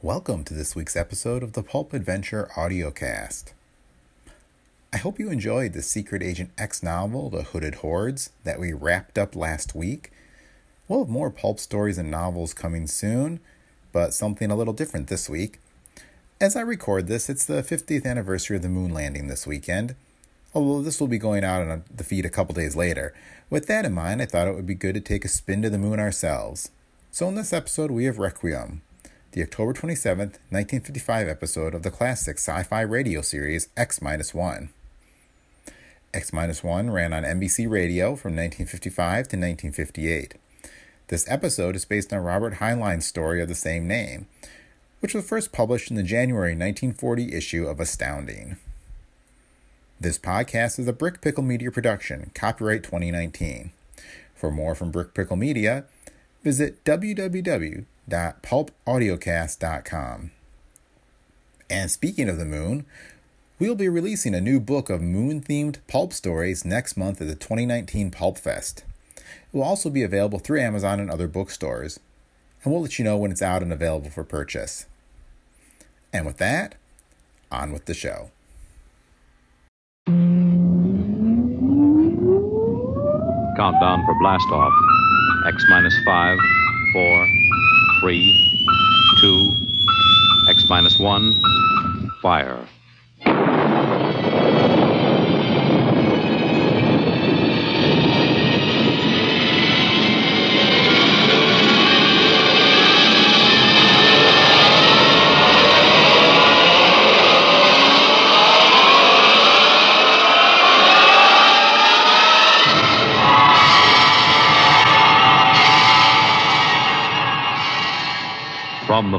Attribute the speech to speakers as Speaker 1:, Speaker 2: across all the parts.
Speaker 1: Welcome to this week's episode of the Pulp Adventure Audiocast. I hope you enjoyed the Secret Agent X novel, The Hooded Hordes, that we wrapped up last week. We'll have more pulp stories and novels coming soon, but something a little different this week. As I record this, it's the 50th anniversary of the moon landing this weekend, although this will be going out on the feed a couple days later. With that in mind, I thought it would be good to take a spin to the moon ourselves. So, in this episode, we have Requiem, the October 27th, 1955 episode of the classic sci fi radio series X 1. X 1 ran on NBC Radio from 1955 to 1958. This episode is based on Robert Heinlein's story of the same name, which was first published in the January 1940 issue of Astounding. This podcast is a Brick Pickle Media production, copyright 2019. For more from Brick Pickle Media, visit www.pulpaudiocast.com. And speaking of the moon, we'll be releasing a new book of moon themed pulp stories next month at the 2019 Pulp Fest. It will also be available through Amazon and other bookstores, and we'll let you know when it's out and available for purchase. And with that, on with the show.
Speaker 2: Countdown for blast off. X minus five, four, three, two, X minus one, fire. From the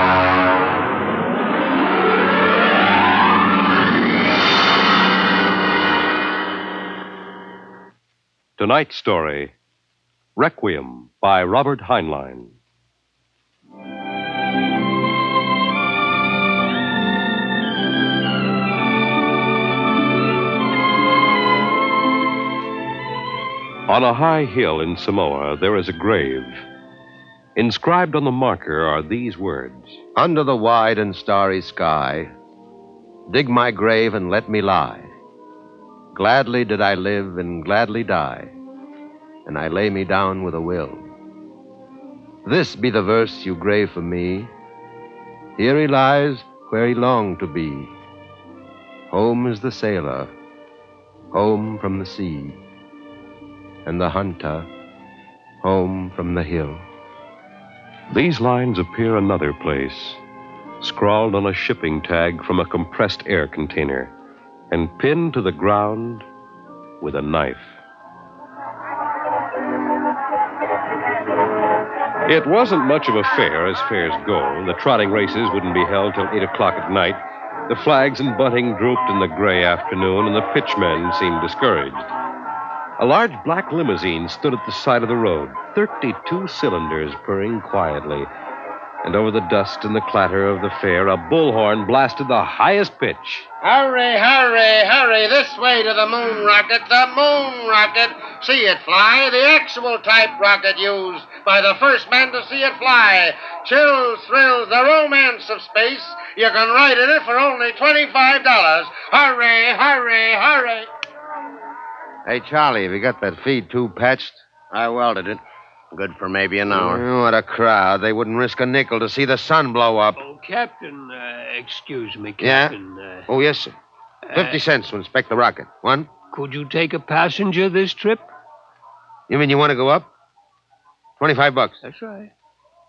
Speaker 3: one.
Speaker 2: Tonight's story Requiem by Robert Heinlein. On a high hill in Samoa, there is a grave. Inscribed on the marker are these words
Speaker 4: Under the wide and starry sky, dig my grave and let me lie. Gladly did I live and gladly die, and I lay me down with a will. This be the verse you grave for me. Here he lies where he longed to be. Home is the sailor, home from the sea, and the hunter, home from the hill.
Speaker 2: These lines appear another place, scrawled on a shipping tag from a compressed air container and pinned to the ground with a knife. It wasn't much of a fair as fairs go. The trotting races wouldn't be held till 8 o'clock at night. The flags and bunting drooped in the gray afternoon, and the pitchmen seemed discouraged. A large black limousine stood at the side of the road, 32 cylinders purring quietly. And over the dust and the clatter of the fair, a bullhorn blasted the highest pitch.
Speaker 5: Hurry, hurry, hurry, this way to the moon rocket, the moon rocket. See it fly, the actual type rocket used by the first man to see it fly. Chills, thrills, the romance of space. You can ride in it for only $25. Hurry, hurry, hurry.
Speaker 4: Hey, Charlie, have you got that feed tube patched?
Speaker 5: I welded it. Good for maybe an
Speaker 4: Oh, what a crowd. They wouldn't risk a nickel to see the sun blow up.
Speaker 6: Oh, Captain, uh, excuse me,
Speaker 4: Yeah?
Speaker 6: Captain. Uh,
Speaker 4: Oh, yes, sir.
Speaker 5: Uh,
Speaker 4: Fifty cents to inspect the rocket. One?
Speaker 6: could you take a passenger this trip?
Speaker 4: You mean you want to go up? Twenty-five bucks.
Speaker 6: That's right.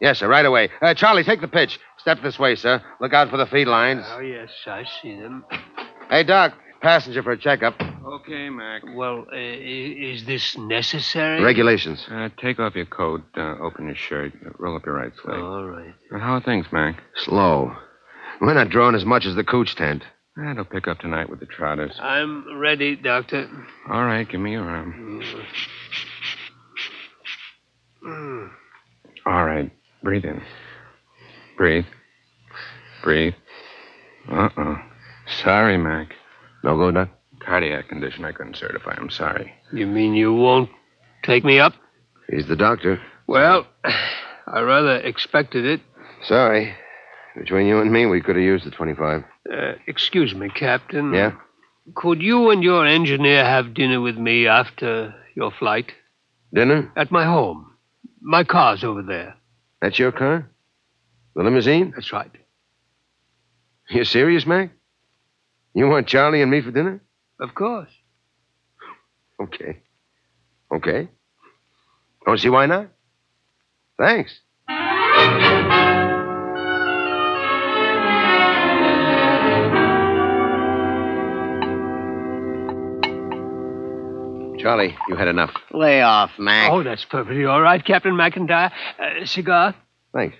Speaker 4: Yes, sir, right away. Uh, Charlie, take the pitch. Step this way, sir. Look out for the feed lines.
Speaker 6: Oh, yes, I see them.
Speaker 4: Hey, Doc, passenger for a checkup.
Speaker 7: Okay, Mac.
Speaker 6: Well, uh, i- is this necessary?
Speaker 4: Regulations.
Speaker 7: Uh, take off your coat, uh, open your shirt, roll up your right
Speaker 6: Oh,
Speaker 7: sleeve.
Speaker 6: all right.
Speaker 7: How are things, Mac?
Speaker 4: Slow. We're not drawing as much as the cooch tent.
Speaker 7: That'll pick up tonight with the Trotters.
Speaker 6: I'm ready, Doctor.
Speaker 7: All right, give me your arm.
Speaker 6: Mm.
Speaker 7: All right, breathe in. Breathe. Breathe. Uh oh. Sorry, Mac.
Speaker 4: No go, Doc?
Speaker 7: Cardiac condition I couldn't certify. I'm sorry.
Speaker 6: You mean you won't take me up?
Speaker 4: He's the doctor.
Speaker 6: Well, I rather expected it.
Speaker 4: Sorry. Between you and me, we could have used the 25.
Speaker 6: Uh, excuse me, Captain.
Speaker 4: Yeah?
Speaker 6: Could you and your engineer have dinner with me after your flight?
Speaker 4: Dinner?
Speaker 6: At my home. My car's over there.
Speaker 4: That's your car? The limousine?
Speaker 6: That's right.
Speaker 4: You serious, Mac? You want Charlie and me for dinner?
Speaker 6: Of course.
Speaker 4: Okay. Okay. Don't see why not? Thanks. Charlie, you had enough.
Speaker 5: Lay off, Mac.
Speaker 6: Oh, that's perfectly all right, Captain McIntyre. Uh, cigar?
Speaker 4: Thanks.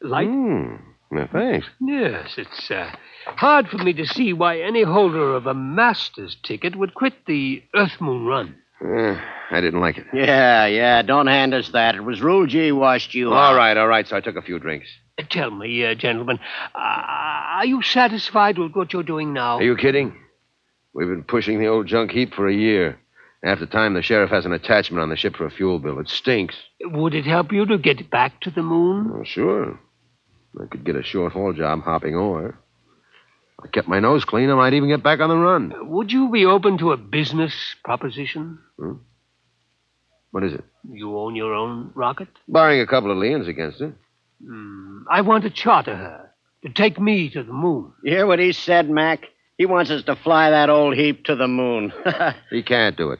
Speaker 6: Light?
Speaker 4: Hmm. No, thanks.
Speaker 6: Yes, it's uh, hard for me to see why any holder of a master's ticket would quit the Earth Moon Run.
Speaker 4: Uh, I didn't like it.
Speaker 5: Yeah, yeah, don't hand us that. It was Rule G washed you
Speaker 4: All right, all right. So I took a few drinks.
Speaker 6: Uh, Tell me, uh, gentlemen, uh, are you satisfied with what you're doing now?
Speaker 4: Are you kidding? We've been pushing the old junk heap for a year. Half the time, the sheriff has an attachment on the ship for a fuel bill. It stinks.
Speaker 6: Would it help you to get back to the moon?
Speaker 4: Well, sure. I could get a short haul job hopping ore. I kept my nose clean. I might even get back on the run.
Speaker 6: Would you be open to a business proposition?
Speaker 4: What is it?
Speaker 6: You own your own rocket?
Speaker 4: Barring a couple of liens against it.
Speaker 6: Hmm, I want to charter her to take me to the moon.
Speaker 5: You hear what he said, Mac? He wants us to fly that old heap to the moon.
Speaker 4: He can't do it.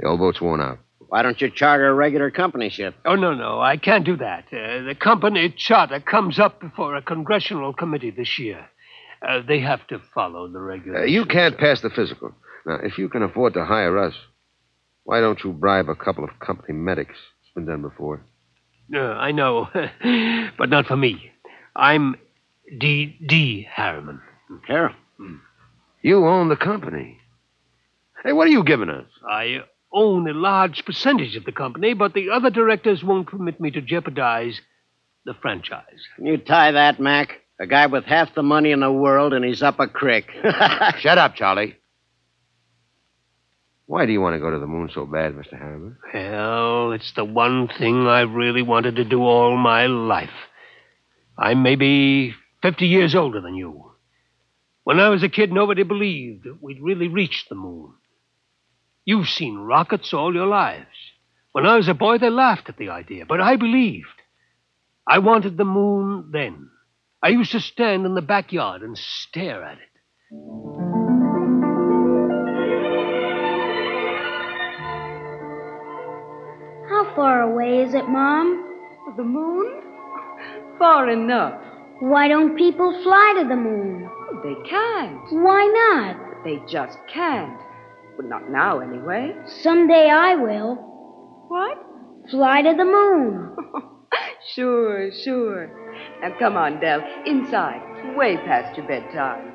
Speaker 4: The old boat's worn out.
Speaker 5: Why don't you charter a regular company ship?
Speaker 6: Oh, no, no, I can't do that. Uh, the company charter comes up before a congressional committee this year. Uh, they have to follow the
Speaker 4: Uh,
Speaker 6: regulations.
Speaker 4: you can't pass the physical. Now, if you can afford to hire us, why don't you bribe a couple of company medics? It's been done before.
Speaker 6: Uh, I know, but not for me. I'm D. D. Harriman.
Speaker 5: Here.
Speaker 4: You own the company. Hey, what are you giving us?
Speaker 6: I own a large percentage of the company, but the other directors won't permit me to jeopardize the franchise.
Speaker 5: Can you tie that, Mac? A guy with half the money in the world, and he's up a crick.
Speaker 4: Shut up, Charlie. Why do you want to go to the moon so bad, Mr. Harriman?
Speaker 6: Well, it's the one thing I really wanted to do all my life. I'm maybe 50 years older than you. When I was a kid, nobody believed that we'd really reached the moon. You've seen rockets all your lives. When I was a boy, they laughed at the idea, but I believed. I wanted the moon then. I used to stand in the backyard and stare at it.
Speaker 8: How far away is it, Mom?
Speaker 9: The moon? Far enough.
Speaker 8: Why don't people fly to the moon?
Speaker 9: They can't.
Speaker 8: Why not?
Speaker 9: They just can't. Well, not now, anyway.
Speaker 8: Someday I will.
Speaker 9: What?
Speaker 8: Fly to the moon.
Speaker 9: sure, sure. Now, come on, Dell. Inside. Way past your bedtime.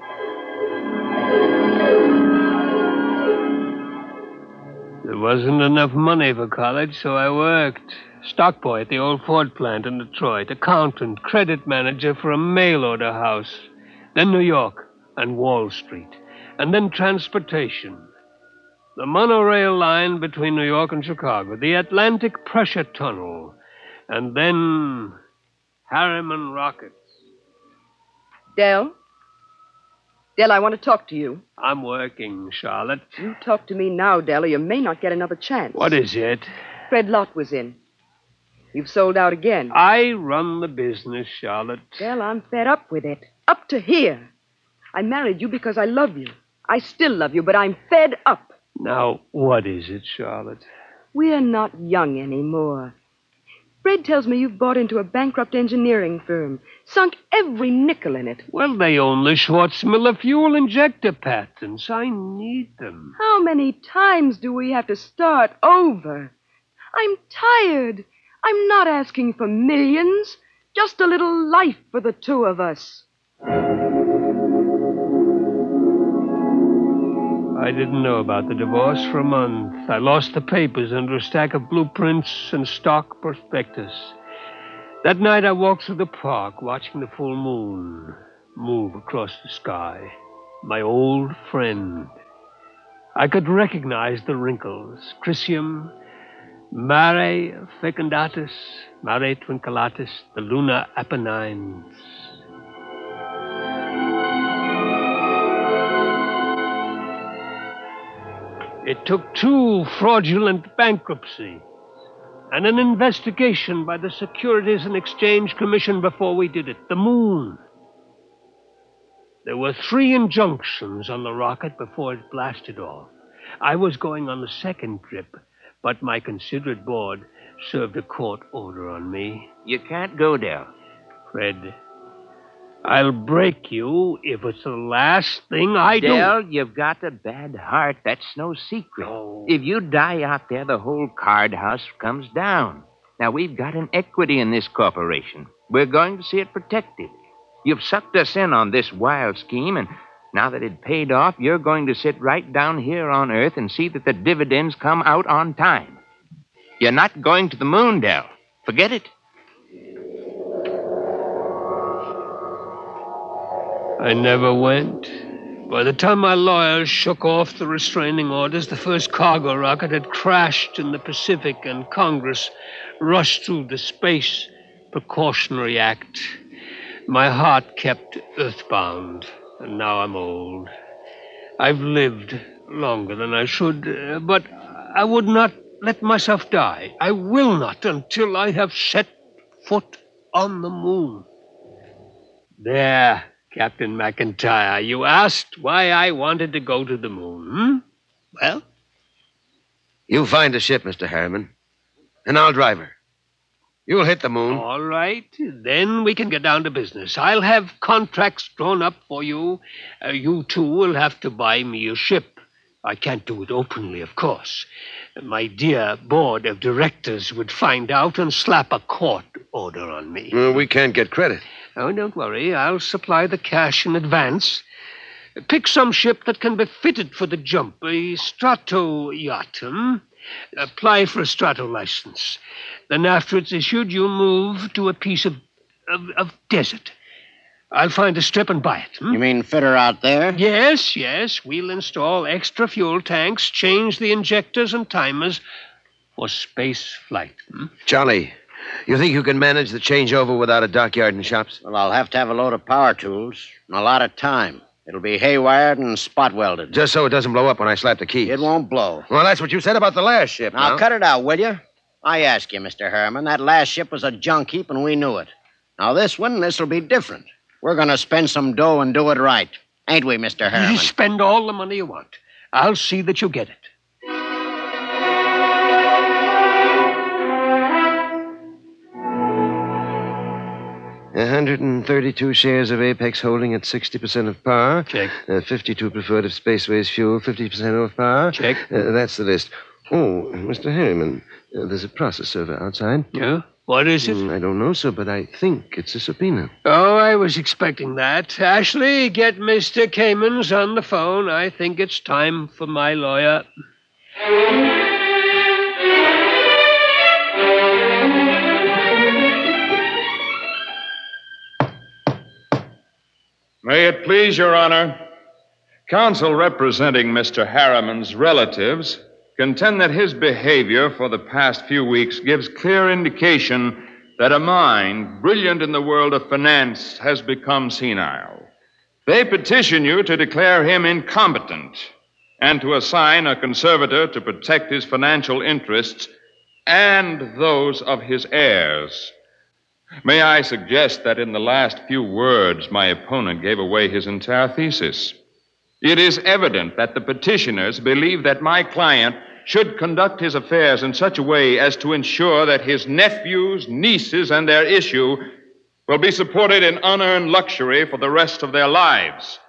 Speaker 6: There wasn't enough money for college, so I worked. Stock boy at the old Ford plant in Detroit, accountant, credit manager for a mail order house, then New York and Wall Street, and then transportation. The monorail line between New York and Chicago, the Atlantic Pressure Tunnel, and then Harriman Rockets.
Speaker 9: Dell? Dell, I want to talk to you.
Speaker 6: I'm working, Charlotte.
Speaker 9: You talk to me now, Dell, or you may not get another chance.
Speaker 6: What is it?
Speaker 9: Fred Lott was in. You've sold out again.
Speaker 6: I run the business, Charlotte.
Speaker 9: Well, I'm fed up with it. Up to here. I married you because I love you. I still love you, but I'm fed up.
Speaker 6: Now, what is it, Charlotte?
Speaker 9: We're not young anymore. Fred tells me you've bought into a bankrupt engineering firm, sunk every nickel in it.
Speaker 6: Well, they own the Schwarzmiller fuel injector patents. I need them.
Speaker 9: How many times do we have to start over? I'm tired. I'm not asking for millions, just a little life for the two of us.
Speaker 6: I didn't know about the divorce for a month. I lost the papers under a stack of blueprints and stock prospectus. That night I walked through the park watching the full moon move across the sky. My old friend. I could recognize the wrinkles. Chrysium, Mare fecundatus, Mare twinkulatus, the lunar Apennines. It took two fraudulent bankruptcies and an investigation by the Securities and Exchange Commission before we did it. The moon. There were three injunctions on the rocket before it blasted off. I was going on the second trip, but my considerate board served a court order on me.
Speaker 10: You can't go there.
Speaker 6: Fred, I'll break you if it's the last thing I do.
Speaker 10: Dell, you've got a bad heart. That's no secret. If you die out there, the whole card house comes down. Now, we've got an equity in this corporation. We're going to see it protected. You've sucked us in on this wild scheme, and now that it paid off, you're going to sit right down here on Earth and see that the dividends come out on time. You're not going to the moon, Dell. Forget it.
Speaker 6: I never went. By the time my lawyers shook off the restraining orders, the first cargo rocket had crashed in the Pacific, and Congress rushed through the Space Precautionary Act. My heart kept earthbound, and now I'm old. I've lived longer than I should, uh, but I would not let myself die. I will not until I have set foot on the moon. There, Captain McIntyre, you asked why I wanted to go to the moon. Hmm? Well,
Speaker 4: You find a ship, Mr. Harriman, and I'll drive her. You'll hit the moon.
Speaker 6: all right, then we can get down to business. I'll have contracts drawn up for you. Uh, you two will have to buy me a ship. I can't do it openly, of course. My dear board of directors would find out and slap a court order on me.
Speaker 4: Well, Uh, we can't get credit.
Speaker 6: Oh, don't worry. I'll supply the cash in advance. Pick some ship that can be fitted for the jump, a strato yacht. hmm? Apply for a strato license. Then, after it's issued, you'll move to a piece of, of, of desert. I'll find a strip and buy it. hmm?
Speaker 11: You mean fit her out there?
Speaker 6: Yes, yes. We'll install extra fuel tanks, change the injectors and timers for space flight. hmm?
Speaker 4: Charlie, you think you can manage the changeover without a dockyard and shops?
Speaker 11: Well, I'll have to have a load of power tools and a lot of time. It'll be haywired and spot welded.
Speaker 4: Just so it doesn't blow up when I slap the key.
Speaker 11: It won't blow.
Speaker 4: Well, that's what you said about the last ship.
Speaker 11: Now,
Speaker 4: now.
Speaker 11: cut it out, will you? I ask you, Mr. Harriman, that last ship was a junk heap and we knew it. Now, this one, this'll be different. We're going to spend some dough and do it right. Ain't we, Mr.
Speaker 6: You
Speaker 11: Harriman?
Speaker 6: spend all the money you want. I'll see that you get it.
Speaker 4: A 132 shares of Apex holding at 60% of par.
Speaker 6: Check.
Speaker 4: Uh, 52 preferred of Spaceways fuel, 50% off par.
Speaker 6: Check.
Speaker 4: Uh, that's the list. Oh, Mr. Harriman, uh, there's a process server outside.
Speaker 6: Yeah? What is it?
Speaker 4: Mm, I don't know, sir, but I think it's a subpoena.
Speaker 6: Oh, I was expecting that. Ashley, get Mr. Caymans on the phone. I think it's time for my lawyer.
Speaker 3: May it please your honor. Counsel representing Mr. Harriman's relatives contend that his behavior for the past few weeks gives clear indication that a mind brilliant in the world of finance has become senile. They petition you to declare him incompetent and to assign a conservator to protect his financial interests and those of his heirs. May I suggest that in the last few words, my opponent gave away his entire thesis. It is evident that the petitioners believe that my client should conduct his affairs in such a way as to ensure that his nephews, nieces, and their issue will be supported in unearned luxury for the rest of their lives.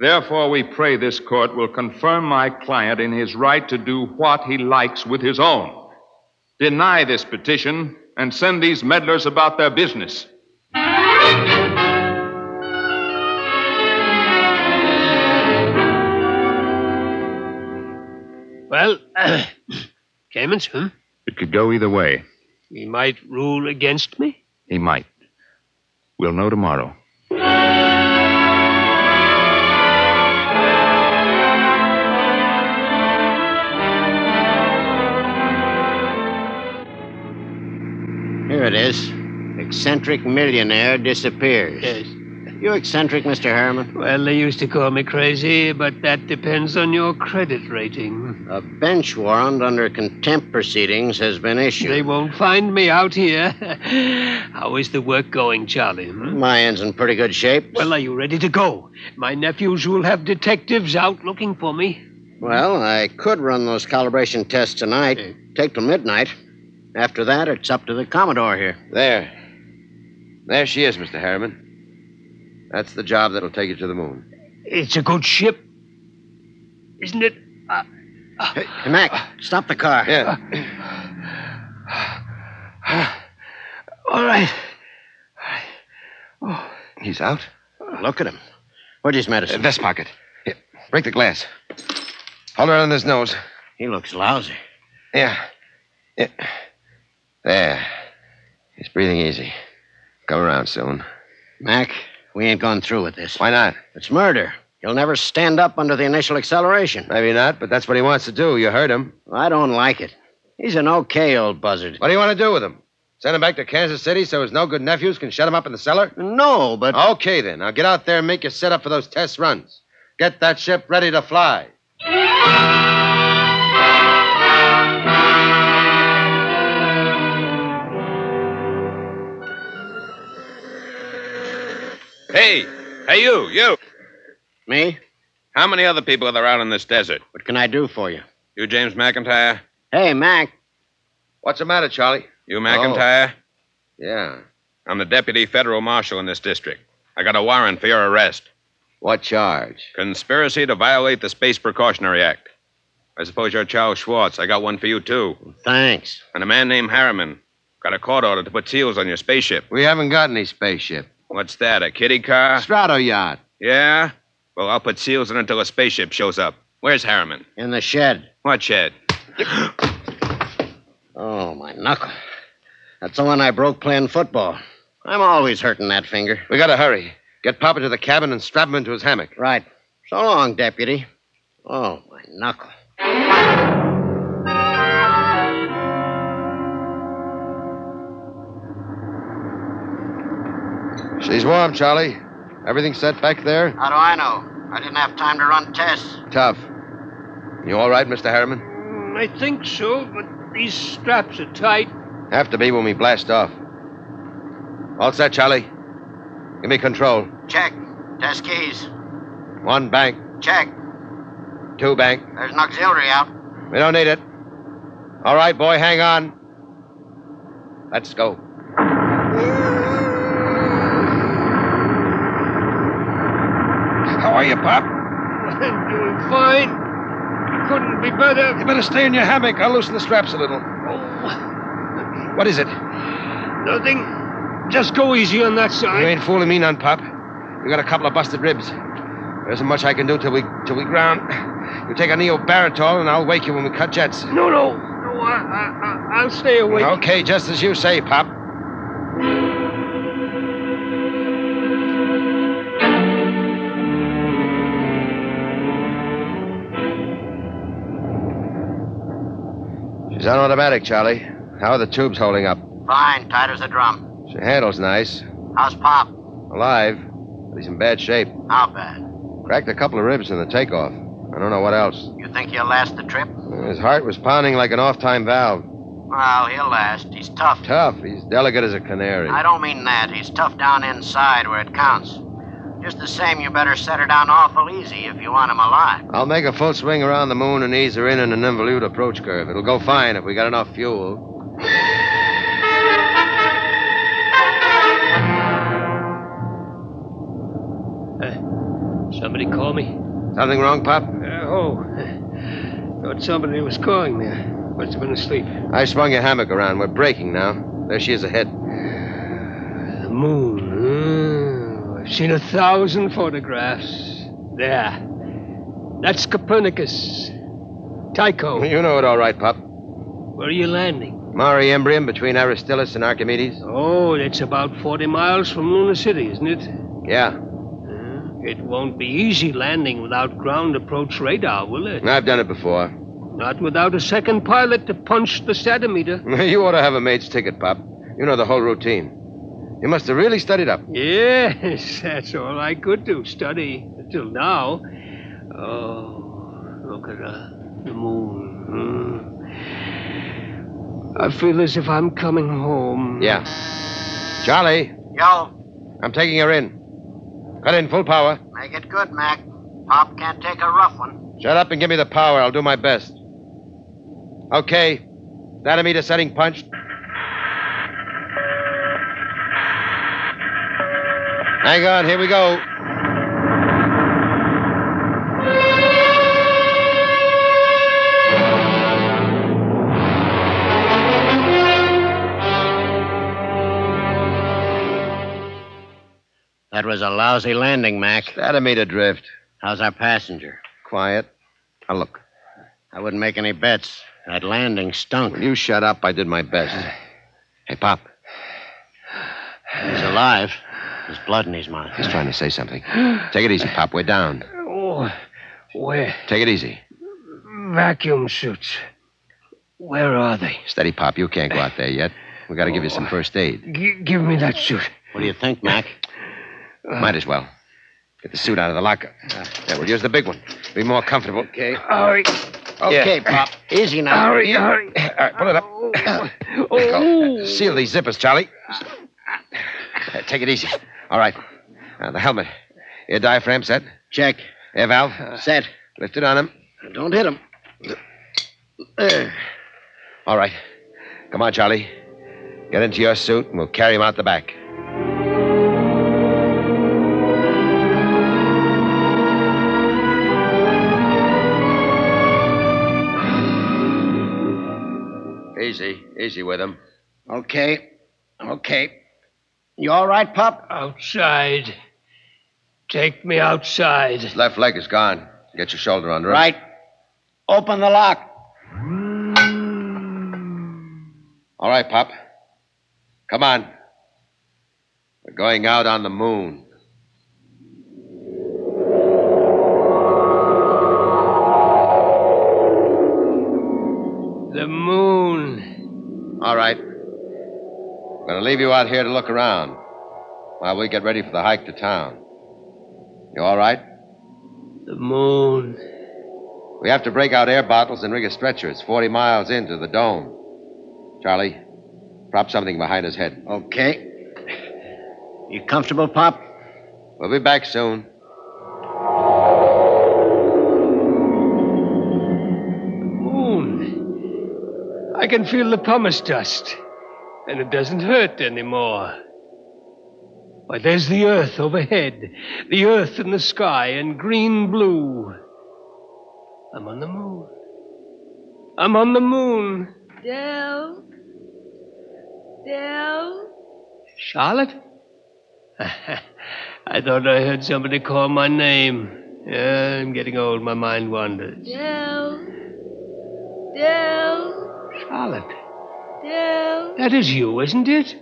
Speaker 3: Therefore, we pray this court will confirm my client in his right to do what he likes with his own deny this petition and send these meddlers about their business.
Speaker 6: Well, Clemens, hmm?
Speaker 7: It could go either way.
Speaker 6: He might rule against me.
Speaker 7: He might. We'll know tomorrow.
Speaker 11: Here it is. Eccentric millionaire disappears.
Speaker 6: Yes.
Speaker 11: You eccentric, Mr. Harriman?
Speaker 6: Well, they used to call me crazy, but that depends on your credit rating.
Speaker 11: A bench warrant under contempt proceedings has been issued.
Speaker 6: They won't find me out here. How is the work going, Charlie? hmm?
Speaker 11: My end's in pretty good shape.
Speaker 6: Well, are you ready to go? My nephews will have detectives out looking for me.
Speaker 11: Well, I could run those calibration tests tonight. Take till midnight. After that, it's up to the Commodore here.
Speaker 4: There. There she is, Mr. Harriman. That's the job that'll take you to the moon.
Speaker 6: It's a good ship. Isn't it?
Speaker 11: Hey, Mac, stop the car.
Speaker 4: Yeah.
Speaker 6: All right.
Speaker 4: He's out?
Speaker 11: Look at him. Where'd his medicine?
Speaker 4: vest pocket. Here, break the glass. Hold it on his nose.
Speaker 11: He looks lousy.
Speaker 4: Yeah. yeah. There. He's breathing easy. Come around soon.
Speaker 11: Mac, we ain't gone through with this.
Speaker 4: Why not?
Speaker 11: It's murder. He'll never stand up under the initial acceleration.
Speaker 4: Maybe not, but that's what he wants to do. You heard him.
Speaker 11: I don't like it. He's an okay old buzzard.
Speaker 4: What do you want to do with him? Send him back to Kansas City so his no good nephews can shut him up in the cellar?
Speaker 11: No, but.
Speaker 4: Okay, then. Now get out there and make your setup for those test runs. Get that ship ready to fly.
Speaker 12: Hey, hey, you, you.
Speaker 11: Me?
Speaker 12: How many other people are there out in this desert?
Speaker 11: What can I do for you?
Speaker 12: You, James McIntyre?
Speaker 11: Hey, Mac.
Speaker 4: What's the matter, Charlie? Oh,
Speaker 12: You, McIntyre?
Speaker 4: Yeah.
Speaker 12: I'm the deputy federal marshal in this district. I got a warrant for your arrest.
Speaker 4: What charge?
Speaker 12: Conspiracy to violate the Space Precautionary Act. I suppose you're Charles Schwartz. I got one for you, too.
Speaker 11: Thanks.
Speaker 12: And a man named Harriman. Got a court order to put seals on your spaceship.
Speaker 4: We haven't got any spaceship.
Speaker 12: What's that, a kiddie car?
Speaker 4: Strato yacht.
Speaker 12: Yeah? Well, I'll put seals on it until a spaceship shows up. Where's Harriman?
Speaker 11: In the shed.
Speaker 12: What shed?
Speaker 11: Oh, my knuckle. That's the one I broke playing football. I'm always hurting that finger.
Speaker 4: We gotta hurry. Get Papa to the cabin and strap him into his hammock.
Speaker 11: Right. So long, deputy. Oh, my knuckle.
Speaker 4: She's warm, Charlie. Everything set back there?
Speaker 11: How do I know? I didn't have time to run tests.
Speaker 4: Tough. You all right, Mr. Harriman?
Speaker 6: Mm, I think so, but these straps are tight.
Speaker 4: Have to be when we blast off. All set, Charlie. Give me control.
Speaker 11: Check. Test keys.
Speaker 4: One bank,
Speaker 11: Check.
Speaker 4: two bank.
Speaker 11: There's an auxiliary out.
Speaker 4: We don't need it. All right, boy, hang on. Let's go. How are you, Pop?
Speaker 6: I'm doing fine. It couldn't be better.
Speaker 4: You better stay in your hammock. I'll loosen the straps a little.
Speaker 6: Oh,
Speaker 4: What is it?
Speaker 6: nothing. Just go easy on that
Speaker 4: You
Speaker 6: side.
Speaker 4: ain't fooling me none, Pop. We got a couple of busted ribs. There isn't much I can do till we till we ground. You take a neobaritol, and I'll wake you when we cut jets.
Speaker 6: No, no. No, I, I, I, I'll stay awake.
Speaker 4: Okay, just as you say, Pop. She's on automatic, Charlie. How are the tubes holding up?
Speaker 11: Fine, tight as a drum.
Speaker 4: She handles nice.
Speaker 11: How's Pop?
Speaker 4: Alive, but he's in bad shape.
Speaker 11: How bad?
Speaker 4: Cracked a couple of ribs in the takeoff. I don't know what else.
Speaker 11: You think he'll last the trip?
Speaker 4: His heart was pounding like an off time valve.
Speaker 11: Well, he'll last. He's tough.
Speaker 4: Tough. He's delicate as a canary.
Speaker 11: I don't mean that. He's tough down inside where it counts. Just the same, you better set her down awful easy if you want him alive.
Speaker 4: I'll make a full swing around the moon and ease her in in an involute approach curve. It'll go fine if we got enough fuel.
Speaker 6: Somebody call me.
Speaker 4: Something wrong, Pop?
Speaker 6: Uh, oh, thought somebody was calling me. I Must have been asleep.
Speaker 4: I swung your hammock around. We're breaking now. There she is ahead.
Speaker 6: The moon. Hmm. I've seen a thousand photographs. There. That's Copernicus. Tycho.
Speaker 11: Oh.
Speaker 4: You know it all right, Pop.
Speaker 6: Where are you landing?
Speaker 4: Mari Imbrium between Aristillus and Archimedes.
Speaker 6: Oh, that's about 40 miles from Luna City, isn't it? Hmm.
Speaker 4: Yeah.
Speaker 6: It won't be easy landing without ground approach radar, will it?
Speaker 4: I've done it before.
Speaker 6: Not without a second pilot to punch the statometer.
Speaker 4: you ought to have a mate's ticket, Pop. You know the whole routine. You must have really studied up.
Speaker 6: Yes, that's all I could do, study, until now. Oh, look at her, the moon. Hmm. I feel as if I'm coming home.
Speaker 4: Yeah. Charlie,
Speaker 11: Yo,
Speaker 4: I'm taking her in. Cut in full power.
Speaker 11: make it good, Mac. Pop can't take a rough one.
Speaker 4: Shut up and give me the power. I'll do my best. Okay. Datometer setting punch. Hang on, here we go.
Speaker 11: That was a lousy landing, Mac.
Speaker 4: Statometer drift.
Speaker 11: How's our passenger?
Speaker 4: Quiet. Now look.
Speaker 11: I wouldn't make any bets. That landing stunk.
Speaker 4: You shut up. I did my best. Hey, Pop.
Speaker 11: He's alive. There's blood in his mouth.
Speaker 4: He's trying to say something. Take it easy, Pop. We're down.
Speaker 6: Oh, where?
Speaker 4: Take it easy.
Speaker 6: Vacuum suits. Where are they?
Speaker 4: Steady, Pop. You can't go out there yet. We gotta give you some first aid.
Speaker 6: G- give me that suit.
Speaker 11: What do you think, Mac?
Speaker 4: Might as well. Get the suit out of the locker. Yeah, we'll use the big one. Be more comfortable. Okay.
Speaker 6: Hurry.
Speaker 11: Okay, Pop. Easy now.
Speaker 6: Hurry, hurry. Oh.
Speaker 4: All right, pull it up. There you go. Uh, Seal these zippers, Charlie. Uh, Take it easy. All right. Now, the helmet. Air diaphragm set.
Speaker 11: Check.
Speaker 4: Air valve.
Speaker 11: Set.
Speaker 4: Lift it on him.
Speaker 11: Don't hit him. There.
Speaker 4: All right. Come on, Charlie. Get into your suit, and we'll carry him out the back. Easy. Easy with him.
Speaker 11: Okay. Okay. You all right, Pop?
Speaker 6: Outside. Take me outside.
Speaker 4: His left leg is gone. Get your shoulder under him.
Speaker 11: Right. Open the lock.
Speaker 4: All right, Pop. Come on. We're going out on the moon.
Speaker 6: The moon.
Speaker 4: All right. I'm going to leave you out here to look around while we get ready for the hike to town. You all right?
Speaker 6: The moon.
Speaker 4: We have to break out air bottles and rig a stretcher. It's 40 miles into the dome. Charlie, prop something behind his head.
Speaker 11: Okay. You comfortable, Pop?
Speaker 4: We'll be back soon.
Speaker 6: Moon. I can feel the pumice dust. And it doesn't hurt anymore. Why, there's the earth overhead. The earth in the sky in green blue. I'm on the moon. I'm on the moon.
Speaker 9: Dell? Dell?
Speaker 6: Charlotte? I thought I heard somebody call my name. Yeah, I'm getting old. My mind wanders.
Speaker 9: Dell? Dell?
Speaker 6: Charlotte.
Speaker 9: Dell?
Speaker 6: That is you, isn't it?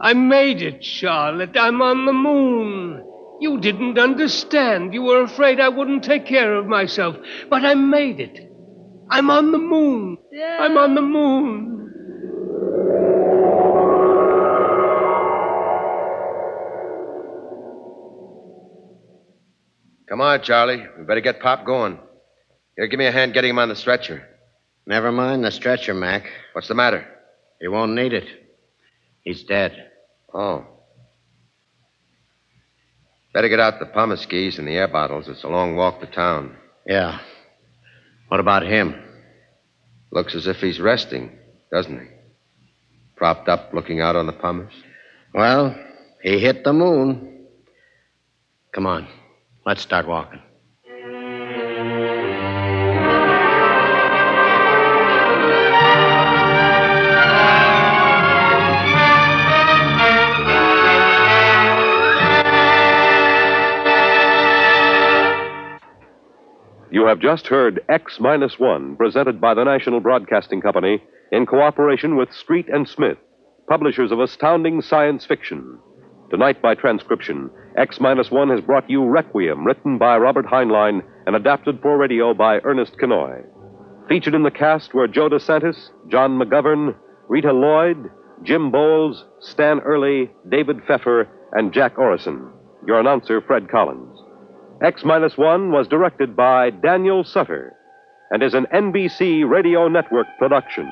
Speaker 6: I made it, Charlotte. I'm on the moon. You didn't understand. You were afraid I wouldn't take care of myself. But I made it. I'm on the moon. I'm on the moon.
Speaker 4: Come on, Charlie. We better get Pop going. Here, give me a hand getting him on the stretcher.
Speaker 11: Never mind the stretcher, Mac.
Speaker 4: What's the matter?
Speaker 11: You won't need it. He's dead.
Speaker 4: Oh. Better get out the pumice skis and the air bottles. It's a long walk to town.
Speaker 11: Yeah. What about him?
Speaker 4: Looks as if he's resting, doesn't he? Propped up, looking out on the pumice.
Speaker 11: Well, he hit the moon. Come on. Let's start walking.
Speaker 2: You have just heard X Minus One, presented by the National Broadcasting Company in cooperation with Street and Smith, publishers of astounding science fiction. Tonight, by transcription, X Minus One has brought you Requiem, written by Robert Heinlein and adapted for radio by Ernest Kenoy. Featured in the cast were Joe DeSantis, John McGovern, Rita Lloyd, Jim Bowles, Stan Early, David Pfeffer, and Jack Orison. Your announcer, Fred Collins. X Minus One was directed by Daniel Sutter and is an NBC Radio Network production.